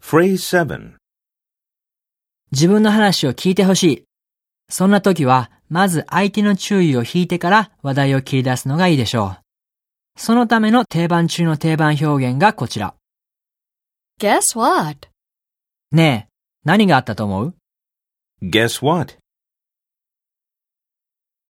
Phrase 7. 自分の話を聞いてほしい。そんな時は、まず相手の注意を引いてから話題を切り出すのがいいでしょう。そのための定番中の定番表現がこちら。 Guess what? ねえ、何があったと思う Guess what?